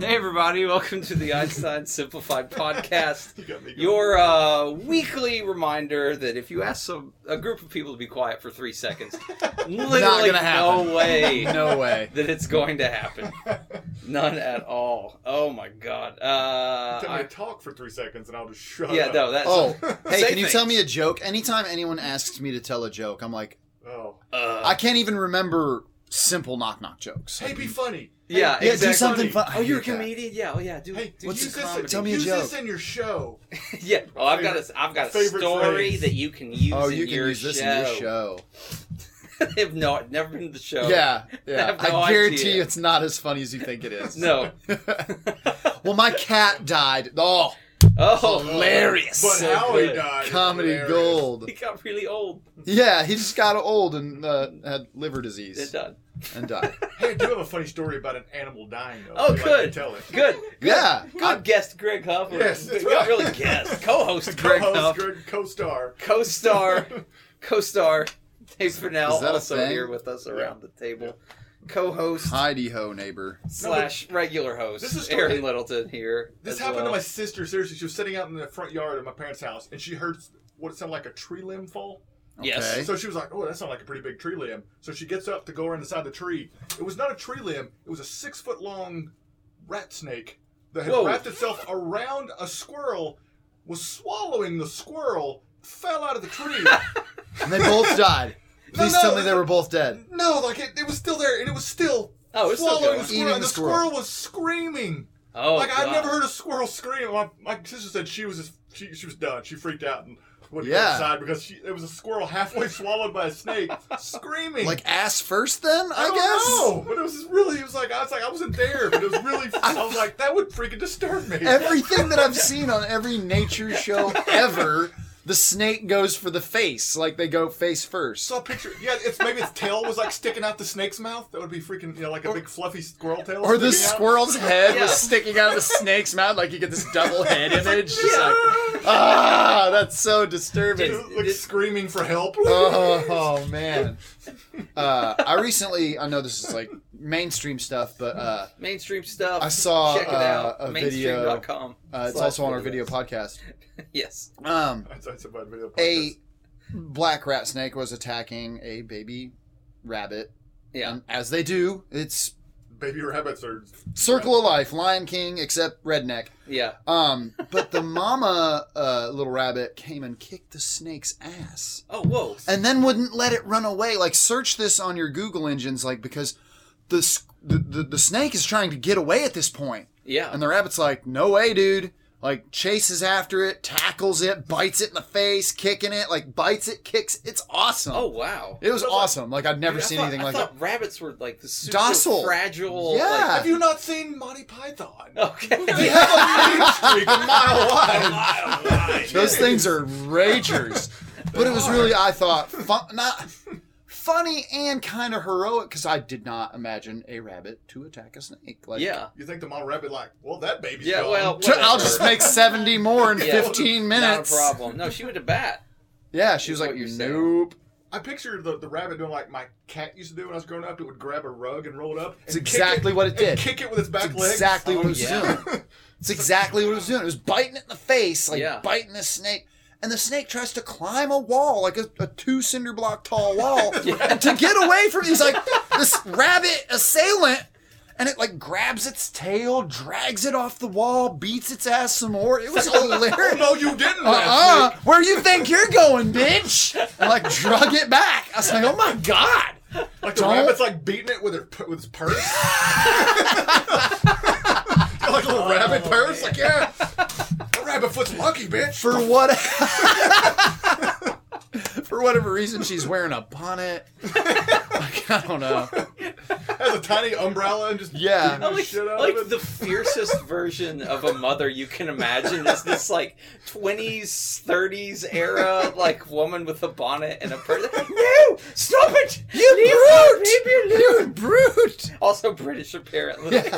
Hey everybody, welcome to the Einstein Simplified podcast. You got me going. Your uh, weekly reminder that if you ask some, a group of people to be quiet for three seconds, literally gonna happen. no way No way. that it's going to happen. None at all. Oh my god. Uh, Tell me I- to talk for three seconds and I'll just shut yeah, up. no, that's. Oh, hey, Say can you things. tell me a joke? Anytime anyone asks me to tell a joke, I'm like, Oh. uh, I can't even remember simple knock knock jokes. Hey, be funny. yeah, Hey, yeah, exactly. do something funny. fun. I Oh, you're a hate that. comedian? Yeah. Oh, yeah. Do, Hey, do what's use this- comedy. tell me a use joke. this in your show. yeah. Oh, I've got a, I've got a Favorite story phrase. that you can use. Oh, in you can your use this show. in your show. I've no, never been to the show. Yeah, I yeah. have no I guarantee idea. you it's not as funny as you think it is. No. well, my cat died. Oh, Oh, hilarious. But So how good. he died. is comedy hilarious. gold. He got really old. Yeah, he just got old and uh, had liver They're disease done. and died. Hey, I do have a funny story about an animal dying, though. Oh, If you'd like good. to tell it. Good. Yeah. Good guest, Greg Huff. Yes, that's Not right. really guest. Co-host Greg Co-host, Huff. Greg, co-star. Co-star. Co-star Dave Fennell that a also thing? here with us around the table. Co-host Heidi ho, neighbor. slash regular host This is Aaron totally- Littleton here. This as happened to well. my sister. Seriously, she was sitting out in the front yard of my parents' house, and she heard what sounded like a tree limb fall. Yes. Okay. So she was like, "Oh, that sounded like a pretty big tree limb." So she gets up to go around the side of the tree. It was not a tree limb. It was a six foot long rat snake that had Whoa. wrapped itself around a squirrel, was swallowing the squirrel, fell out of the tree. And they both died. No, Please no, tell me it- they were both dead. no, like it, it was still there, and it was still Oh, it was still swallowing going. the squirrel. Eating and the the squirrel. squirrel was screaming. Oh, like God. I've never heard a squirrel scream. My, my sister said she was just, she she was done. She freaked out and went Yeah. outside because she, it was a squirrel halfway swallowed by a snake screaming. Like ass first, then I, don't guess. know, but it was just really. It was like I was like I wasn't there, but it was really. I was like that would freaking disturb me. Everything that I've seen on every nature show ever, the snake goes for the face, like they go face first. saw a picture. Yeah, it's maybe its tail was like sticking out the snake's mouth. That would be freaking, you know, like a big fluffy squirrel tail. Or the sticking out. squirrel's head Yeah. was sticking out of the snake's mouth, like you get this double head image. Just Yeah. like, ah, that's so disturbing. It was, like screaming for help. Oh, oh, man. Uh, I recently, I know this is like mainstream stuff, but uh, Mainstream stuff. I saw, Check it uh, out. a video- Mainstream.com. uh, it's slash also on our video videos. podcast. Yes. Um, That's, that's a bad video a podcast. black rat snake was attacking a baby rabbit. Yeah. And as they do, it's Baby rabbits are circle of life, Lion King, except redneck. Yeah. Um, but the mama uh, little rabbit came and kicked the snake's ass, Oh, whoa. and then wouldn't let it run away. Like search this on your Google engines, like because the s- the, the, the snake is trying to get away at this point, Yeah. and the rabbit's like, "No way, dude." Like chases after it, tackles it, bites it in the face, kicking it, like bites it, kicks. It's awesome. Oh, wow. It was But, like- awesome. Like I'd never Dude, I seen thought- anything I like thought that. rabbits were like the super Docile. fragile. Yeah. Have you not seen Monty Python? Like, okay. Streak a mile wide. Those things are ragers. But it was really, I thought, fun, not funny and kind of heroic because I did not imagine a rabbit to attack a snake. Like, yeah. You think the mom rabbit like, well, that baby's Yeah. gone. Well, "T- I'll whatever. just make seventy more in Yeah. fifteen Not a minutes. problem. No, she went to bat. Yeah, she was Is what like, you're saying. "Nope." I picture the, the rabbit doing like my cat used to do when I was growing up. It would grab a rug and roll it up. It's and kick exactly what it and did. kick it with its back It's legs. exactly what it was Oh, yeah. doing. It's exactly what it was doing. It was biting it in the face, like Yeah. biting the snake. And the snake tries to climb a wall, like a, a two cinder block tall wall, and to get away from. He's like this rabbit assailant, and it like grabs its tail, drags it off the wall, beats its ass some more. It was Oh, hilarious. no, you didn't. last Uh-uh. Where you think you're going, bitch? And like drug it back. I was like, oh my god. week. Like the don't- rabbit's like beating it with her p- with its purse. like a little rabbit purse. Like yeah, a rabbit foot's lucky, bitch. for what for whatever reason she's wearing a bonnet like, i don't know Has a tiny umbrella and just beating Yeah. I the Oh, Like, shit out like of it. the fiercest version of a mother you can imagine is this like 20s, 30s era like woman with a bonnet and a purse. No, stop it! you brute you brute Also British apparently. sounds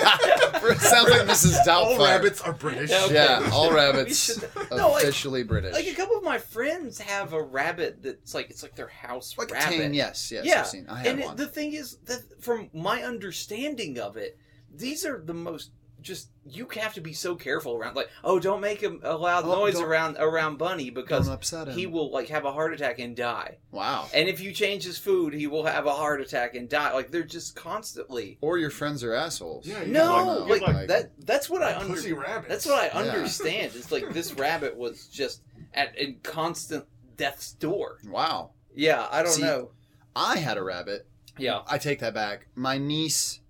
like mrs All doubtfire rabbits are British. Yeah, okay. yeah all We rabbits should- no, like- officially british Like a couple of my friends have a rabbit that's like it's like their house Like a rabbit. tame yes yes yeah, i've seen i had and it- one the thing is that from my understanding of it, these are the most just you have to be so careful around like oh don't make him a loud Oh, noise don't- around around bunny Don't because upset him. he will like have a heart attack and die wow. and if you change his food he will have a heart attack and die like they're just constantly Or your friends are assholes. Yeah, you no like- like, you like- that that's what i under- Pussy rabbit. that's what i Yeah. understand it's like this rabbit was just at in constant death's door Wow. yeah i don't See- know I had a rabbit. yeah I take that back. My niece,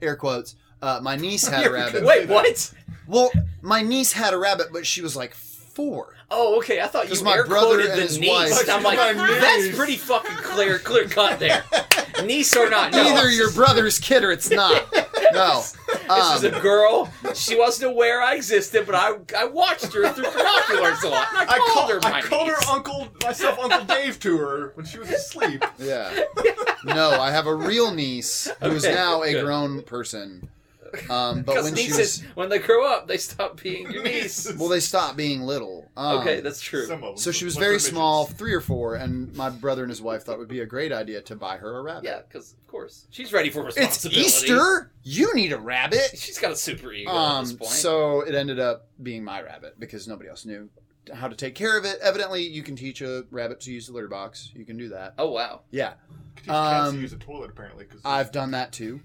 air quotes, uh, my niece had a rabbit. wait what Well, my niece had a rabbit, but she was like four. Oh, okay. I thought 'Cause you my air brother quoted and the his niece. wife- And I'm like, My niece. that's pretty fucking clear, clear cut there. niece or not? No. Either your brother's kid or it's not. No. This is Um, a girl. She wasn't aware I existed, but I I watched her through binoculars a lot. and I I called called, her my I called niece. her uncle myself Uncle Dave to her when she was asleep. yeah. No, I have a real niece who is Okay, now a good. grown person. Um, but Because when she nieces, was when they grow up, they stop being your niece. well, they stopped being little. Um, Okay, that's true. Some of them. so she was What's very her mission? small, three or four, and my brother and his wife thought it would be a great idea to buy her a rabbit. yeah, because of course she's ready for It's responsibility. Easter. You need a rabbit. She's got a super ego at Um, this point. so it ended up being my rabbit because nobody else knew how to take care of it. Evidently, you can teach a rabbit to use the litter box. You can do that. oh wow. Yeah, Teach cats to Um, use a toilet apparently. Cause I've done that too.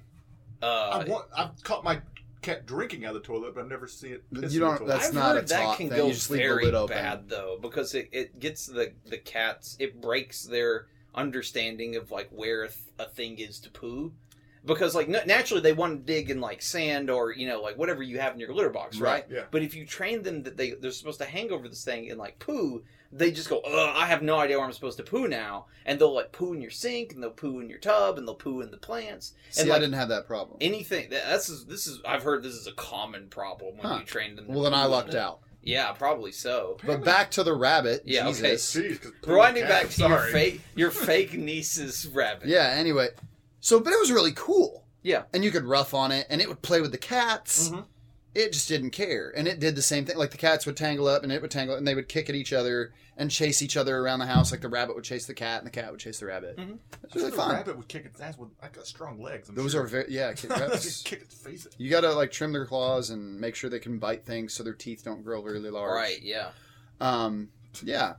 I Uh, want, I've caught my cat drinking out of the toilet, but I've never seen it. piss You in the don't- toilet. that's I've not heard a that top can thing. go You just leave the very lid open. bad though because it, it gets the the cats it breaks their understanding of like where a, th- a thing is to poo because like n- naturally they want to dig in like sand or you know like whatever you have in your litter box right, Right, yeah. but if you train them that they they're supposed to hang over this thing and like poo they just go Ugh, I have no idea where I'm supposed to poo now and they'll like poo in your sink and they'll poo in your tub and they'll poo in the plants See, and I like didn't have that problem. anything that- that's is- this is I've heard this is a common problem when Huh. you train them to Well, then poo I in lucked the- out. yeah, probably so. But back to the rabbit. Yeah, okay. Jesus. Jeez, 'cause poor Rewinding cat, back to your sorry. fake, your fake niece's rabbit. Yeah. Anyway, so but it was really cool. Yeah. And you could rough on it, and it would play with the cats. Mhm. It just didn't care, and it did the same thing. Like the cats would tangle up, and it would tangle, and they would kick at each other and chase each other around the house. Like the rabbit would chase the cat, and the cat would chase the rabbit. Mhm. It's really The fun. rabbit would kick its ass with. I got strong legs. I'm Those sure. are very yeah. Kid rabbits. kick its face. you gotta like trim their claws and make sure they can bite things so their teeth don't grow really large. Right. Yeah. Um. Yeah.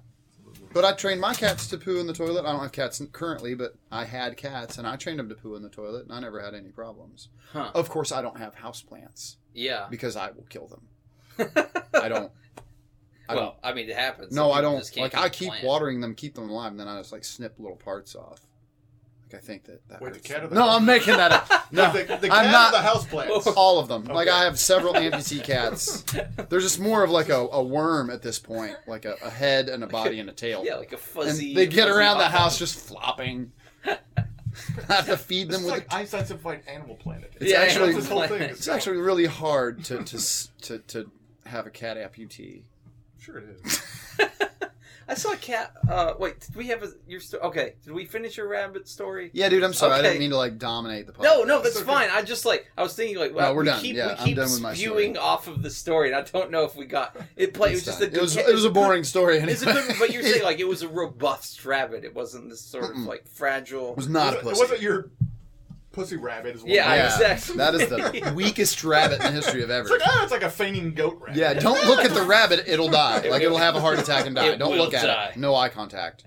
But I trained my cats to poo in the toilet. I don't have cats currently, but I had cats, and I trained them to poo in the toilet, and I never had any problems. Huh. Of course, I don't have houseplants Yeah. because I will kill them. I don't. I well, I mean, it happens. don't. No, I People don't. just can't Like I keep plant. watering them, keep them alive, and then I just like snip little parts off. Like I think that. that Wait, the hurts cat them. or the No, house? I'm making that up. No, the, the cat I'm not- or the house plants. Whoa. all of them. Like Okay. I have several amputee cats. They're just more of like a, a worm at this point, like a, a head and a body and a tail. Yeah, like a and fuzzy. they get fuzzy around the bubble. house just flopping. I have to feed This them is with. like a, Einstein's Infinite Animal Planet. It's yeah, actually- yeah, This whole thing plant. is- it's actually really hard to to s- to, to have a cat amputee. Sure it is. I saw a cat. Uh, wait, did we have a your sto- Okay, did we finish your rabbit story? Yeah, dude, I'm sorry. I Okay. didn't mean to like dominate the podcast. No, no, that's okay. fine. I just like I was thinking like, well, we're we done. Keep, Yeah, we I'm keep done with my story. spewing off of the story, and I don't know if we got it. Play, it was It's just a fine. good it was cat- it was a boring story. Anyway. It's a good, but you're saying like it was a robust rabbit. It wasn't this sort of Mm-mm. like fragile. it was not a it, wasn't- pussy. it wasn't your pussy rabbit. Is what Yeah, it I is. was- exactly. That is the weakest rabbit in the history of ever. It's like ah, it's like a fainting goat rabbit. Yeah, don't look at the rabbit; it'll die. Like it'll have a heart attack and die. It don't will look at die. it. No eye contact.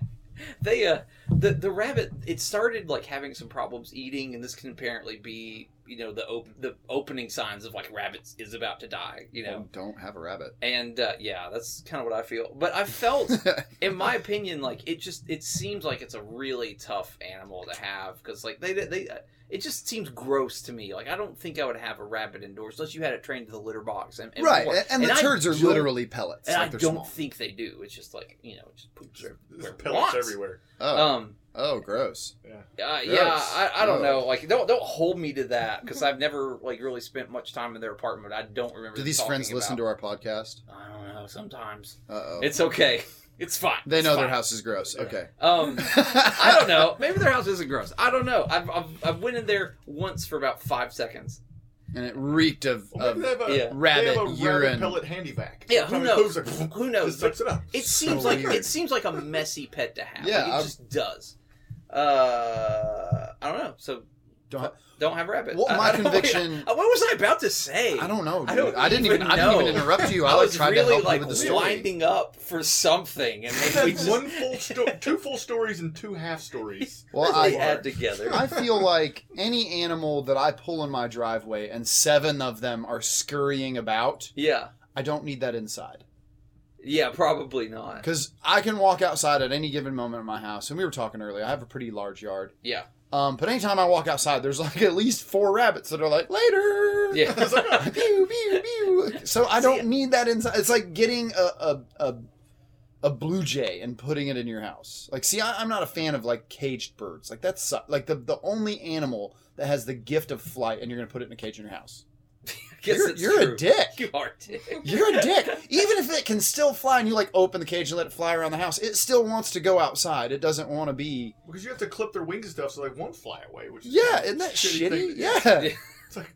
They uh, the the rabbit it started like having some problems eating, and this can apparently be you know the op- the opening signs of like rabbits is about to die. You know, Don't have a rabbit. and uh, yeah, that's kind of what I feel. But I felt, in my opinion, like it just it seems like it's a really tough animal to have because like they they. it just seems gross to me. Like I don't think I would have a rabbit indoors unless you had it trained to the litter box. And, and right, more. and, and the I turds are don't- literally pellets. And like I they're don't small. think they do. It's just like you know, it just poops There's where it pellets wants. everywhere. oh, Um, oh, gross. uh, Gross. yeah, I, I don't Ugh. know. Like, don't don't hold me to that because I've never like really spent much time in their apartment. I don't remember. Do these friends listen to our podcast? to? I don't know. Sometimes Uh oh. it's okay. It's fine. They It's know their fine. house is gross. Yeah. Okay. Um, I don't know. Maybe their house isn't gross. I don't know. I've, I've I've went in there once for about five seconds. And it reeked of, Well, of maybe they have a, yeah. they have rabbit a urine. Rabbit pellet handy vac. Yeah, who Sometimes knows? it moves like- Who knows? Just sucks it up. It So seems like weird. it seems like a messy pet to have. Yeah, like, it I'm- just does. Uh, I don't know. So Don't. Don't have rabbit. Well, I- my I don't- conviction- What was I about to say? I don't know. Dude. I, I don't didn't even. even I didn't even know. interrupt you. I, I like was tried really to help like you with the story. winding up for something, and then we That's just one full sto- two full stories and two half stories. Well, they I, add together. I feel like any animal that I pull in my driveway and seven of them are scurrying about, yeah, I don't need that inside. yeah, probably not. Because I can walk outside at any given moment in my house. And we were talking earlier, I have a pretty large yard. Yeah, Um, but anytime I walk outside, there's like at least four rabbits that are like, later. yeah. It's like, oh, Pew, pew, pew. So I See, don't need that inside. It's like getting a, a, a, a blue jay and putting it in your house. Like, see, I, I'm not a fan of like caged birds. Like, that's su- like the, the only animal that has the gift of flight and you're going to put it in a cage in your house. Guess you're it's you're true. a dick. You are a dick. You're a dick. Even if it can still fly and you like open the cage and let it fly around the house, it still wants to go outside. It doesn't want to be. because you have to clip their wings and stuff so they won't fly away. Which is Yeah, isn't that Shitty shitty? thing. Yeah. It's like,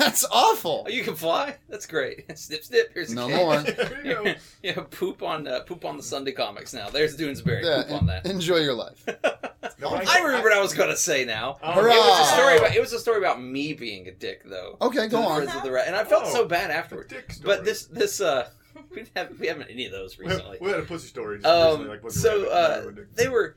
That's awful. Oh, you can fly. That's great. snip, snip. Here's a No cake. more. there you go. yeah, poop on uh, poop on the Sunday comics now. There's Doonesbury. Yeah, poop on that. Enjoy your life. No, I remember what I was gonna say now. Oh, Hurrah. It was a story yeah. about it was a story about me being a dick though. Okay, To go the on. Friends of the Ra- and I felt Oh. so bad The afterward. dick story. But this this uh we didn't have we haven't any of those We had, recently. we had a pussy story. Just Um, recently, like, wasn't so rabbit, uh, rabbit dick. they were,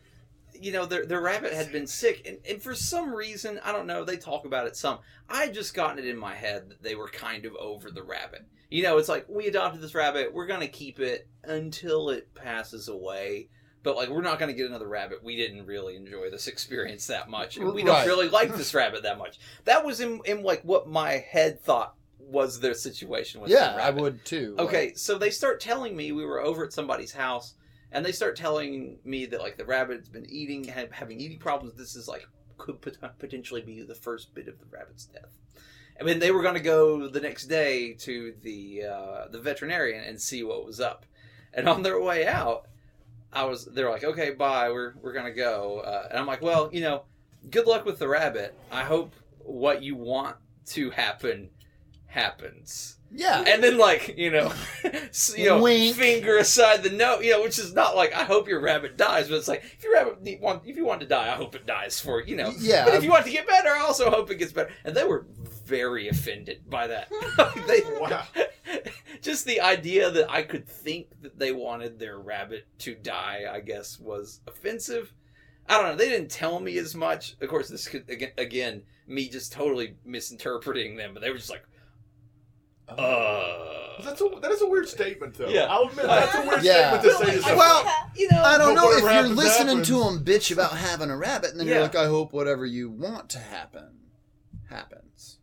you know, their, their rabbit had been sick, and, and for some reason, I don't know, they talk about it some. I had just gotten it in my head that they were kind of over the rabbit. You know, it's like, we adopted this rabbit, we're going to keep it until it passes away. But like we're not going to get another rabbit. We didn't really enjoy this experience that much, and we don't Right. really like this rabbit that much. That was in, in like what my head thought was their situation with the Yeah, I rabbit. would too. Okay, so they start telling me we were over at somebody's house, and they start telling me that like the rabbit's been eating, ha- having eating problems. This is like could pot- potentially be the first bit of the rabbit's death. I mean, they were going to go the next day to the uh, the veterinarian and see what was up. And on their way out, I was they're like, "Okay, bye. We're we're going to go." Uh, and I'm like, "Well, you know, good luck with the rabbit. I hope what you want to happen happens." Yeah. and then like you know, s- you know, Wink. finger aside the note, you know, which is not like I hope your rabbit dies, but it's like if your rabbit ne- want if you want to die, I hope it dies for you know. Yeah. But if you want to get better, I also hope it gets better. And they were very offended by that. they, Wow. just the idea that I could think that they wanted their rabbit to die, I guess, was offensive. I don't know. They didn't tell me as much. Of course, this could aga- again me just totally misinterpreting them, but they were just like, Oh. uh. That's a, that is a weird statement, though. Yeah. I'll admit that's a weird Yeah. statement to say to Well, someone. Well, you know, I don't But know what if you're happens listening happens. to him bitch about having a rabbit, and then you're Yeah. like, I hope whatever you want to happen happens.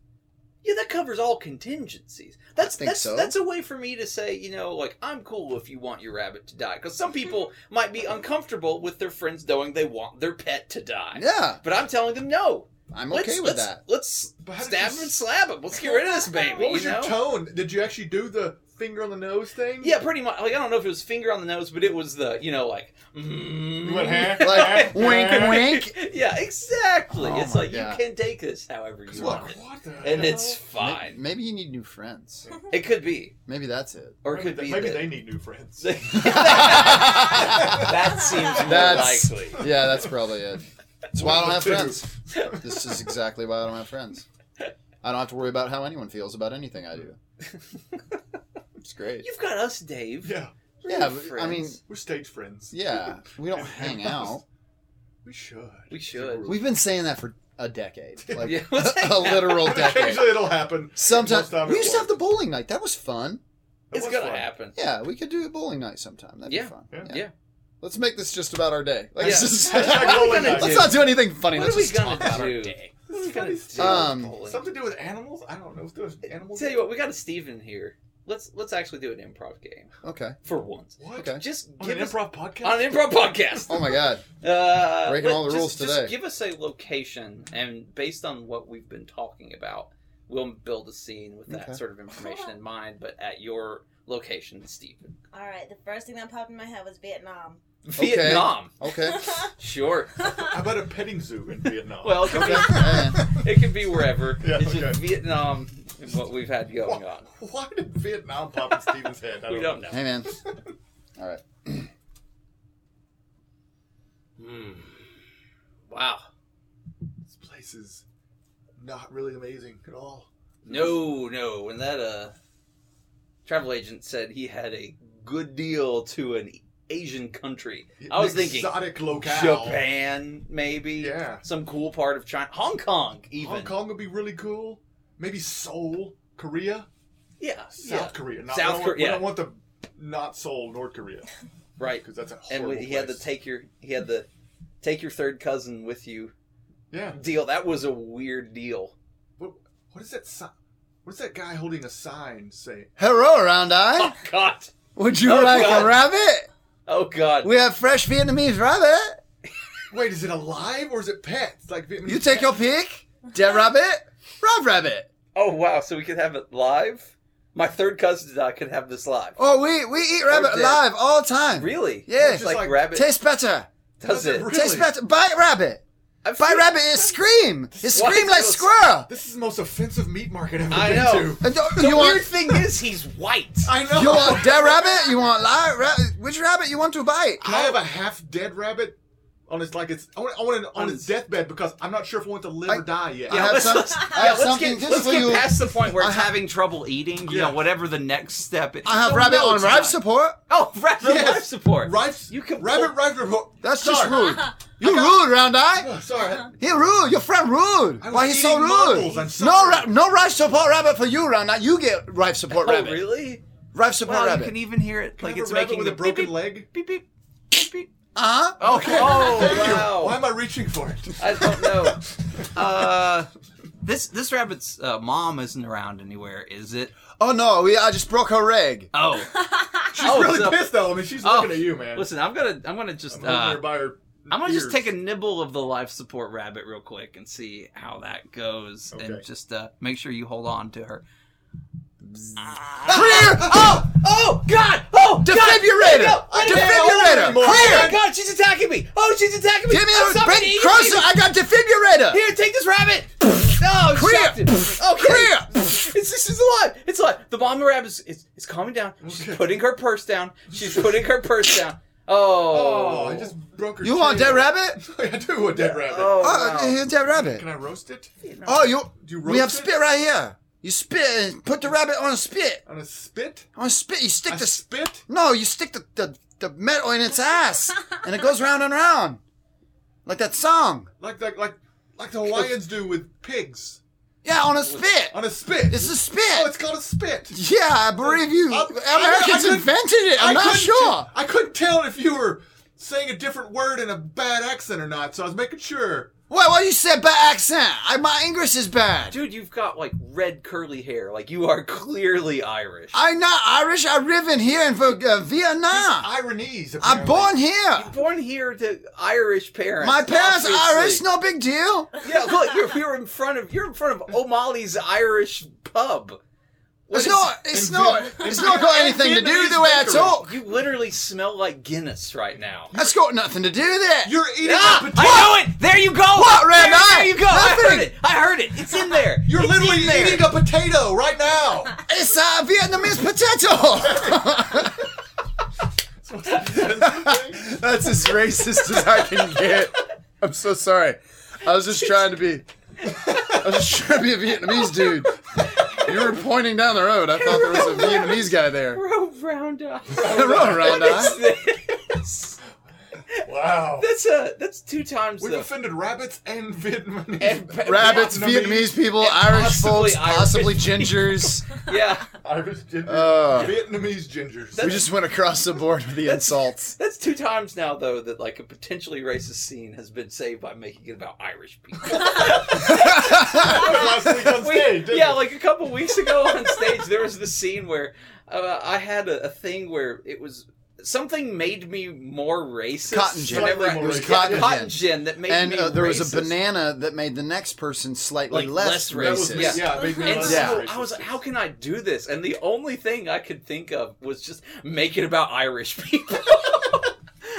yeah, that covers all contingencies. That's think that's so. that's a way for me to say, you know, like I'm cool if you want your rabbit to die, because some people might be uncomfortable with their friends knowing they want their pet to die. Yeah, But I'm telling them no. I'm okay let's, with let's, that. Let's But how did stab you him and s- slap him. Let's get rid of this baby. what was you your know? tone? Did you actually do the finger on the nose thing? Yeah, pretty much. Like I don't know if it was finger on the nose, but it was the you know like. Mm. You went, huh? Like, Huh? wink, Huh? wink. yeah, exactly. Oh it's my like God. you can take this however It's you like, want it, what the and hell? it's May- fine. Maybe you need new friends. It could be, Maybe that's it. or it maybe, could they, be. maybe that- they need new friends. that seems more That's- likely. yeah, that's probably it. That's why I don't have One friends. of This is exactly why I don't have friends. I don't have to worry about how anyone feels about anything I do. It's great. You've got us, the Dave. two. Yeah, We're Yeah, your but, I friends. mean- we're stage friends. Yeah, we don't hang out. We should. we should. We've been saying that for a decade, like Yeah. a, literal But decade. Occasionally it'll happen. Most Sometimes time we it used to have won't. the bowling night. That was fun. That it's was gonna fun. happen. Yeah, we could do a bowling night sometime. That'd Yeah. be fun. Yeah. Yeah. Let's make this just about our day. Like, Yeah. it's just- What are we Bowling gonna night. do? let's not do anything funny. What are Let's we just gonna talk about do? our day. What are we gonna do? Um, with bowling? Something to do with animals? I don't know. Let's do it with animals. Tell you what, we got a Steven here. Let's let's actually do an improv game Okay. for once. What? Okay. Just On an give us improv podcast? on an improv podcast. Oh my god. Uh, Breaking let- all the just- rules today. Just give us a location, and based on what we've been talking about, we'll build a scene with that Okay. sort of information in mind, but at your location, Steven. All right, the first thing that popped in my head was Vietnam. Okay. Vietnam. Okay. Sure. How about a petting zoo in Vietnam? Well, it could Okay. be, Eh. it could be wherever. Yeah, it's okay. just Vietnam and what we've had going on. Why did Vietnam pop in Steven's head? I We don't know. Hey man. All right. Hmm. Wow. This place is not really amazing at all. No, no. When that uh travel agent said he had a good deal to an Asian country, I was thinking exotic locale. Japan, maybe. Yeah. Some cool part of China, Hong Kong, even. Hong Kong would be really cool. Maybe Seoul, Korea, Yeah, South yeah. Korea. Not, South we don't, Korea, We yeah. don't want the not Seoul, North Korea, Right. because that's a And horrible we, he had to place. take your he had the take your third cousin with you Yeah. deal. That was a weird deal. What, what is that? Si- what is that guy holding a sign saying? Hello, Round Eye. Oh God. Would you Oh, like God. a rabbit? Oh God. We have fresh Vietnamese rabbit. Wait, is it alive or is it pets? Like Vietnamese You take your pets? pick. Dead rabbit. Rob rabbit. oh wow. So we could have it live. My third cousin and I could have this live. Oh, we we eat rabbit dead. alive all time. Really? Yeah. It's like, Just like- rabbit. Tastes better. does it? Really? Tastes better. Bite rabbit. I feel- Bite rabbit is scream. It Why scream is like it- squirrel. This is the most offensive meat market I've ever I been know. to. And don't- The you weird want thing is he's white. I know. you want dead rabbit? You want live rabbit? Which rabbit you want to bite? Can I have a half dead rabbit on its like it's I want, I want it on On its its- deathbed because I'm not sure if I want to live or die yet. I have let's, some- let's- I yeah, have let's something get, just let's for get you. past the point where I it's have- having trouble eating. You Yeah. know, whatever the next step. Is. I have No, rabbit no, on it's rap not. support. Oh, rabbit on Yes. life support. Rife, You can- rabbit, rabbit, rabbit. That's just Sorry. rude. You rude, round eye. Oh, Uh-huh. sorry. He rude. Your friend rude. I was Why he so eating marbles, rude? I'm No, sorry. ra- no rife support rabbit for you, round eye. You get rife support Oh, rabbit. really? Rife support Wow, you rabbit. can even hear it. Like Have a it's rabbit making with the a broken beep, leg. Beep beep beep beep. Uh huh. Oh, oh Thank you. wow. Why am I reaching for it? I don't know. Uh, this this rabbit's uh, mom isn't around anywhere, is it? Oh no, we, I just broke her leg. Oh, She's Oh, really so- pissed though. I mean, she's Oh, looking at you, man. listen, I'm gonna I'm gonna just I'm uh, holding her by her I'm gonna just ears. take a nibble of the life support rabbit real quick and see how that goes, Okay. and just uh, make sure you hold on to her. Clear. Oh, Oh God! Oh defibrillator. Defibrillator. Defibrillator. Clear. Clear. God, she's attacking me! Oh, she's attacking Give me a bring closer. I got defibrillator. Here, take this rabbit. No, Clear. shocked it. Okay. Clear. It's, it's, it's alive. It's alive. The mom rabbit is it's, it's calming down. She's Okay. putting her purse down. She's putting her purse down. Oh. Oh, I just broke her. You want chain. dead rabbit? I do want dead rabbit. Oh, Oh, wow. here's dead rabbit. Can I roast it? Oh, you. Do you roast We have it? spit right here. You spit and put the rabbit on a spit. On a spit? On a spit, you stick A the s- spit? no, you stick the, the the metal in its ass, and it goes round and round, like that song. Like like like like the Hawaiians do with pigs. Yeah, on a spit. On a spit. It's a Oh, it's spit. called a spit. Yeah, I believe you. Uh, I- I- Americans I couldn't- invented it. I'm I not couldn't sure. t- I couldn't tell if you were saying a different word in a bad accent or not, so I was making sure. Well, what you said bad accent. I, my English is bad. Dude, you've got like red curly hair. Like you are clearly Irish. I'm not Irish. I live in here in uh, Vietnam. Ironies. I'm apparently. born here. Born here to Irish parents. My parents are Irish. obviously. No big deal. Yeah, look, you're, you're in front of you're in front of O'Malley's Irish pub. What It's is- not. It's not. It's not got anything to do with the way I talk. You literally smell like Guinness right now. That's got nothing to do with it. You're eating Ah, a potato. I know it. There you go. What, Red there, Eye? there you go. I Nothing. heard it. I heard it. It's in there. You're It's literally in there. eating a potato right now. It's a Vietnamese potato. That's as racist as I can get. I'm so sorry. I was just trying to be. I was just trying to be a Vietnamese dude. You were pointing down the road. I thought there was a Vietnamese guy there. Bro, round up. Roll around, huh? That's wow. a that's two times We've the offended rabbits and Vietnamese. And pa- Rabbits, Vietnamese. Vietnamese people, and Irish possibly folks, Irish possibly gingers. yeah. Irish ginger. Uh. Vietnamese gingers. We just went across the board with the insults. That's two times now though that like a potentially racist scene has been saved by making it about Irish people. last week on We- stage. didn't yeah, it? like a couple weeks ago on stage, there was this scene where uh, I had a, a thing where it was something made me more racist. Cotton gin. whenever I- Slightly more it was racist. cotton, Cotton cotton gin. gin that made And me uh, there racist. was a banana that made the next person slightly Like, less, less That was racist. me- Yeah. yeah, it made me And less so Yeah. racist. I was like, how can I do this? And the only thing I could think of was just make it about Irish people.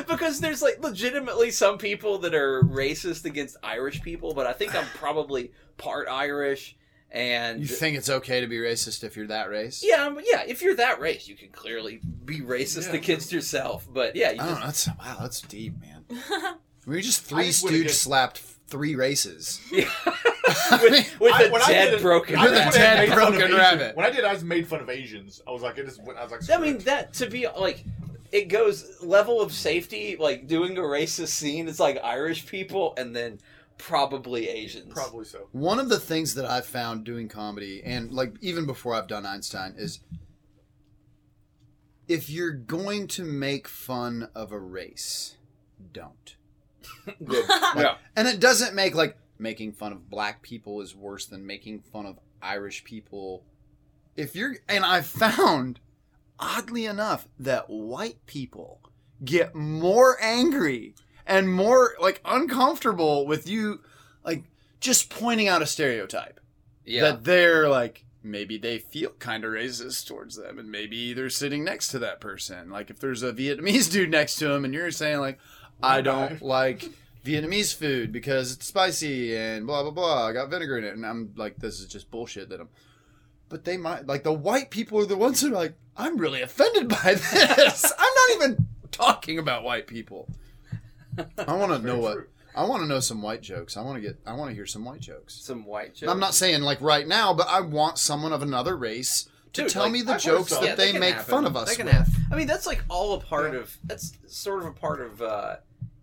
because there's like legitimately some people that are racist against Irish people, but I think I'm probably part Irish and You think it's okay to be racist if you're that race? Yeah, um, yeah. If you're that race, you can clearly be racist Yeah. against yourself. But yeah, you I don't know. just, That's wow. That's deep, man. We were just three just wanna stooge get- slapped three races. yeah. with, with I- a when I dead did it- broken I did rat. when I made rabbit. Dead fun of broken Asian- rabbit. When I did, I just made fun of Asians. I was like, it just went. I was like, I mean screw it. that to be like it goes level of safety like doing a racist scene it's like Irish people and then probably Asians. probably so. One of the things that I've found doing comedy, and like even before I've done Einstein, is if you're going to make fun of a race, don't. Good. Like, Yeah. And it doesn't make like making fun of black people is worse than making fun of Irish people. If you're, and I've found, oddly enough, that white people get more angry and more like uncomfortable with you, like just pointing out a stereotype Yeah. that they're like maybe they feel kind of racist towards them and maybe they're sitting next to that person like if there's a vietnamese dude next to him and you're saying like i don't like vietnamese food because it's spicy and blah blah blah i got vinegar in it and i'm like this is just bullshit that i'm but they might like the white people are the ones who are like i'm really offended by this i'm not even talking about white people i want to know what true. i want to know some white jokes i want to get i want to hear some white jokes Some white and jokes. I'm not saying like right now, but I want someone of another race to Dude, tell like, me the I've heard jokes some. that Yeah, that they can make happen. fun of That us. can with. happen. I mean, that's like all a part Yeah. of. That's sort of a part of uh,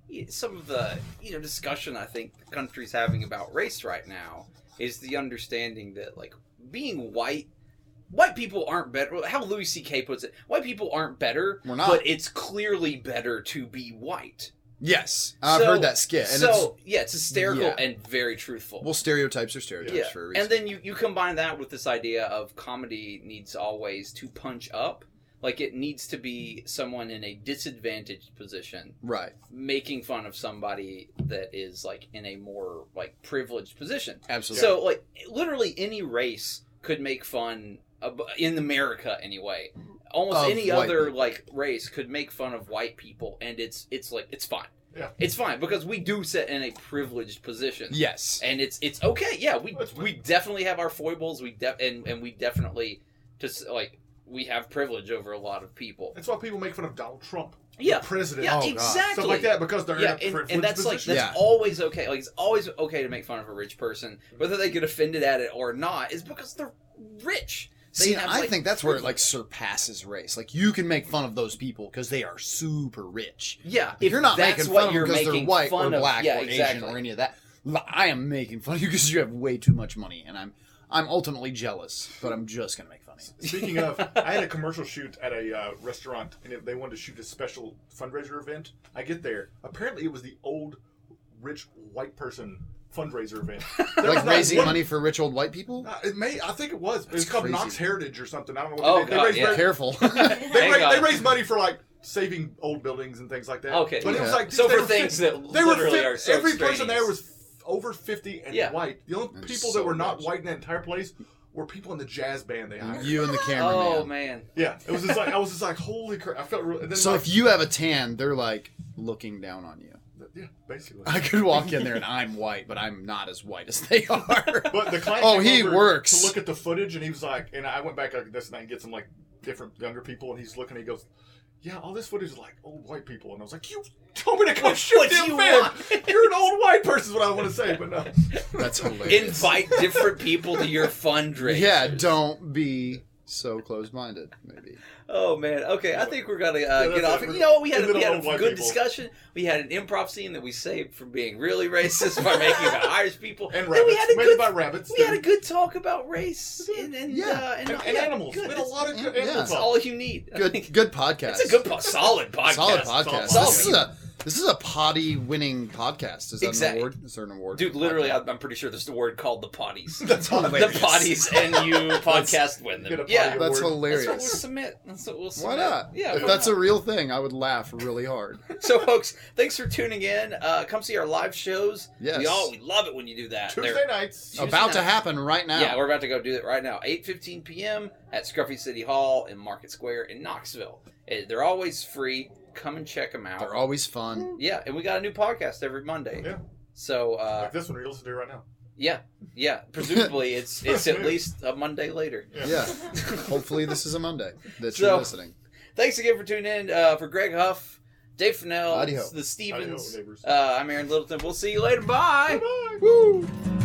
y- some of the you know discussion I think the country's having about race right now is the understanding that like being white. White people aren't better. How Louis C.K. puts it: White people aren't better, We're not. but it's clearly better to be white. Yes, I've So- heard that skit, and so yeah, it's hysterical Yeah. and very it's truthful. well, stereotypes are stereotypes yeah. for a reason. and then you, you combine that with this idea of comedy needs always to punch up like it needs to be someone in a disadvantaged position right, making fun of somebody that is like in a more like privileged position absolutely. so like literally any race could make fun of, in america anyway almost Of any white other people. like race could make fun of white people and it's it's like it's fine Yeah. it's fine because we do sit in a privileged position yes, and it's it's okay. Yeah, we That's we definitely have our foibles. We def- and and we definitely just like we have privilege over a lot of people. That's why people make fun of Donald Trump, Yeah, the president, yeah, Oh, God. exactly. stuff like that, because they're Yeah, in a and, privileged and that's like position. that's Yeah. always okay. Like it's always okay to make fun of a rich person, whether they get offended at it or not, is because they're rich. They See, have, I like, think that's where it like surpasses race. Like you can make fun of those people because they are super rich. yeah, If you're not that's making what fun of them you're because they're making white or fun of- black yeah, or exactly. Asian or any of that, L- I am making fun of you because you have way too much money, and I'm I'm ultimately jealous, but I'm just gonna make fun of you. Speaking of, I had a commercial shoot at a uh, restaurant, and it, they wanted to shoot a special fundraiser event. I get there. Apparently, it was the old, rich white person fundraiser event. There was Like not raising one- money for rich old white people. Uh, it may. I think it was. It's That's called crazy. Knox Heritage or something. I don't know. What Oh, they, did. they God, raised yeah. money- Careful. They, Hang ra- they on. raised money for like saving old buildings and things like that. Okay, but it was yeah. like so they for were things fif- that they were literally fif- are so every person there extraneous. was f- over fifty and Yeah. white. The only And people so that were not rich. white in that entire place were people in the jazz band they hired. you and the cameraman. Oh man, Yeah, it was just like I was just like, holy crap! I felt real. And then So like, if you have a tan, they're like looking down on you. yeah, basically. I could walk in there and I'm white, but I'm not as white as they are. But the client. Oh, came he over works. To look at the footage, and he was like, and I went back like this night and get some like different younger people, and he's looking. He goes, "Yeah, all this footage is like old white people," and I was like, "You told me to come shoot what them you man. want." You're an old white person." Is what I want to say, but no. That's hilarious. invite different people to your fundraiser. yeah, don't be so closed-minded. Maybe Oh man. Okay, I think we're gonna Yeah, uh, that's get off. it. You know, we had In the a, we middle had of a white good people. discussion. We had an improv scene that we saved from being really racist by making about Irish people. And Then rabbits, we had a made good by rabbits. we had a dude. good talk about race and and, Yeah. uh, and, and, and yeah, animals. Good. We had a lot of good Yeah. animals. That's all you need. I good. think Good podcast. It's a good, po- solid podcast. solid podcast. Solid. This is a this is a potty winning podcast. Is that Exactly. an award? Is there an award? Dude, literally, Podcast? I'm I'm pretty sure there's the word called the potties. That's all. the potties and you podcast win Get a them. potty Yeah, award. that's that's what we'll hilarious. submit. That's what we'll Why submit. not? Yeah, if why that's not? a real thing, I would laugh really hard. So, folks, thanks for tuning in. Uh, come see our live shows. Yes. We all we love it when you do that. They're- Tuesday nights. Tuesday About to night. happen right now. Yeah, we're about to go do that right now. 8.15 p.m. at Scruffy City Hall in Market Square in Knoxville. Eh, They're always free. Come and check them out. They're always fun. yeah, and we got a new podcast every Monday. Yeah. So, uh, Like this one you're listening to right now. yeah, yeah. Presumably, it's it's at least a Monday later. Yeah. Hopefully, this is a Monday that So- you're listening. Thanks again for tuning in. Uh, for Greg Huff, Dave Fennell, Howdy ho. the Stevens, Howdy ho, neighbors. uh, I'm Aaron Littleton. We'll see you later. Bye. Bye-bye. Woo!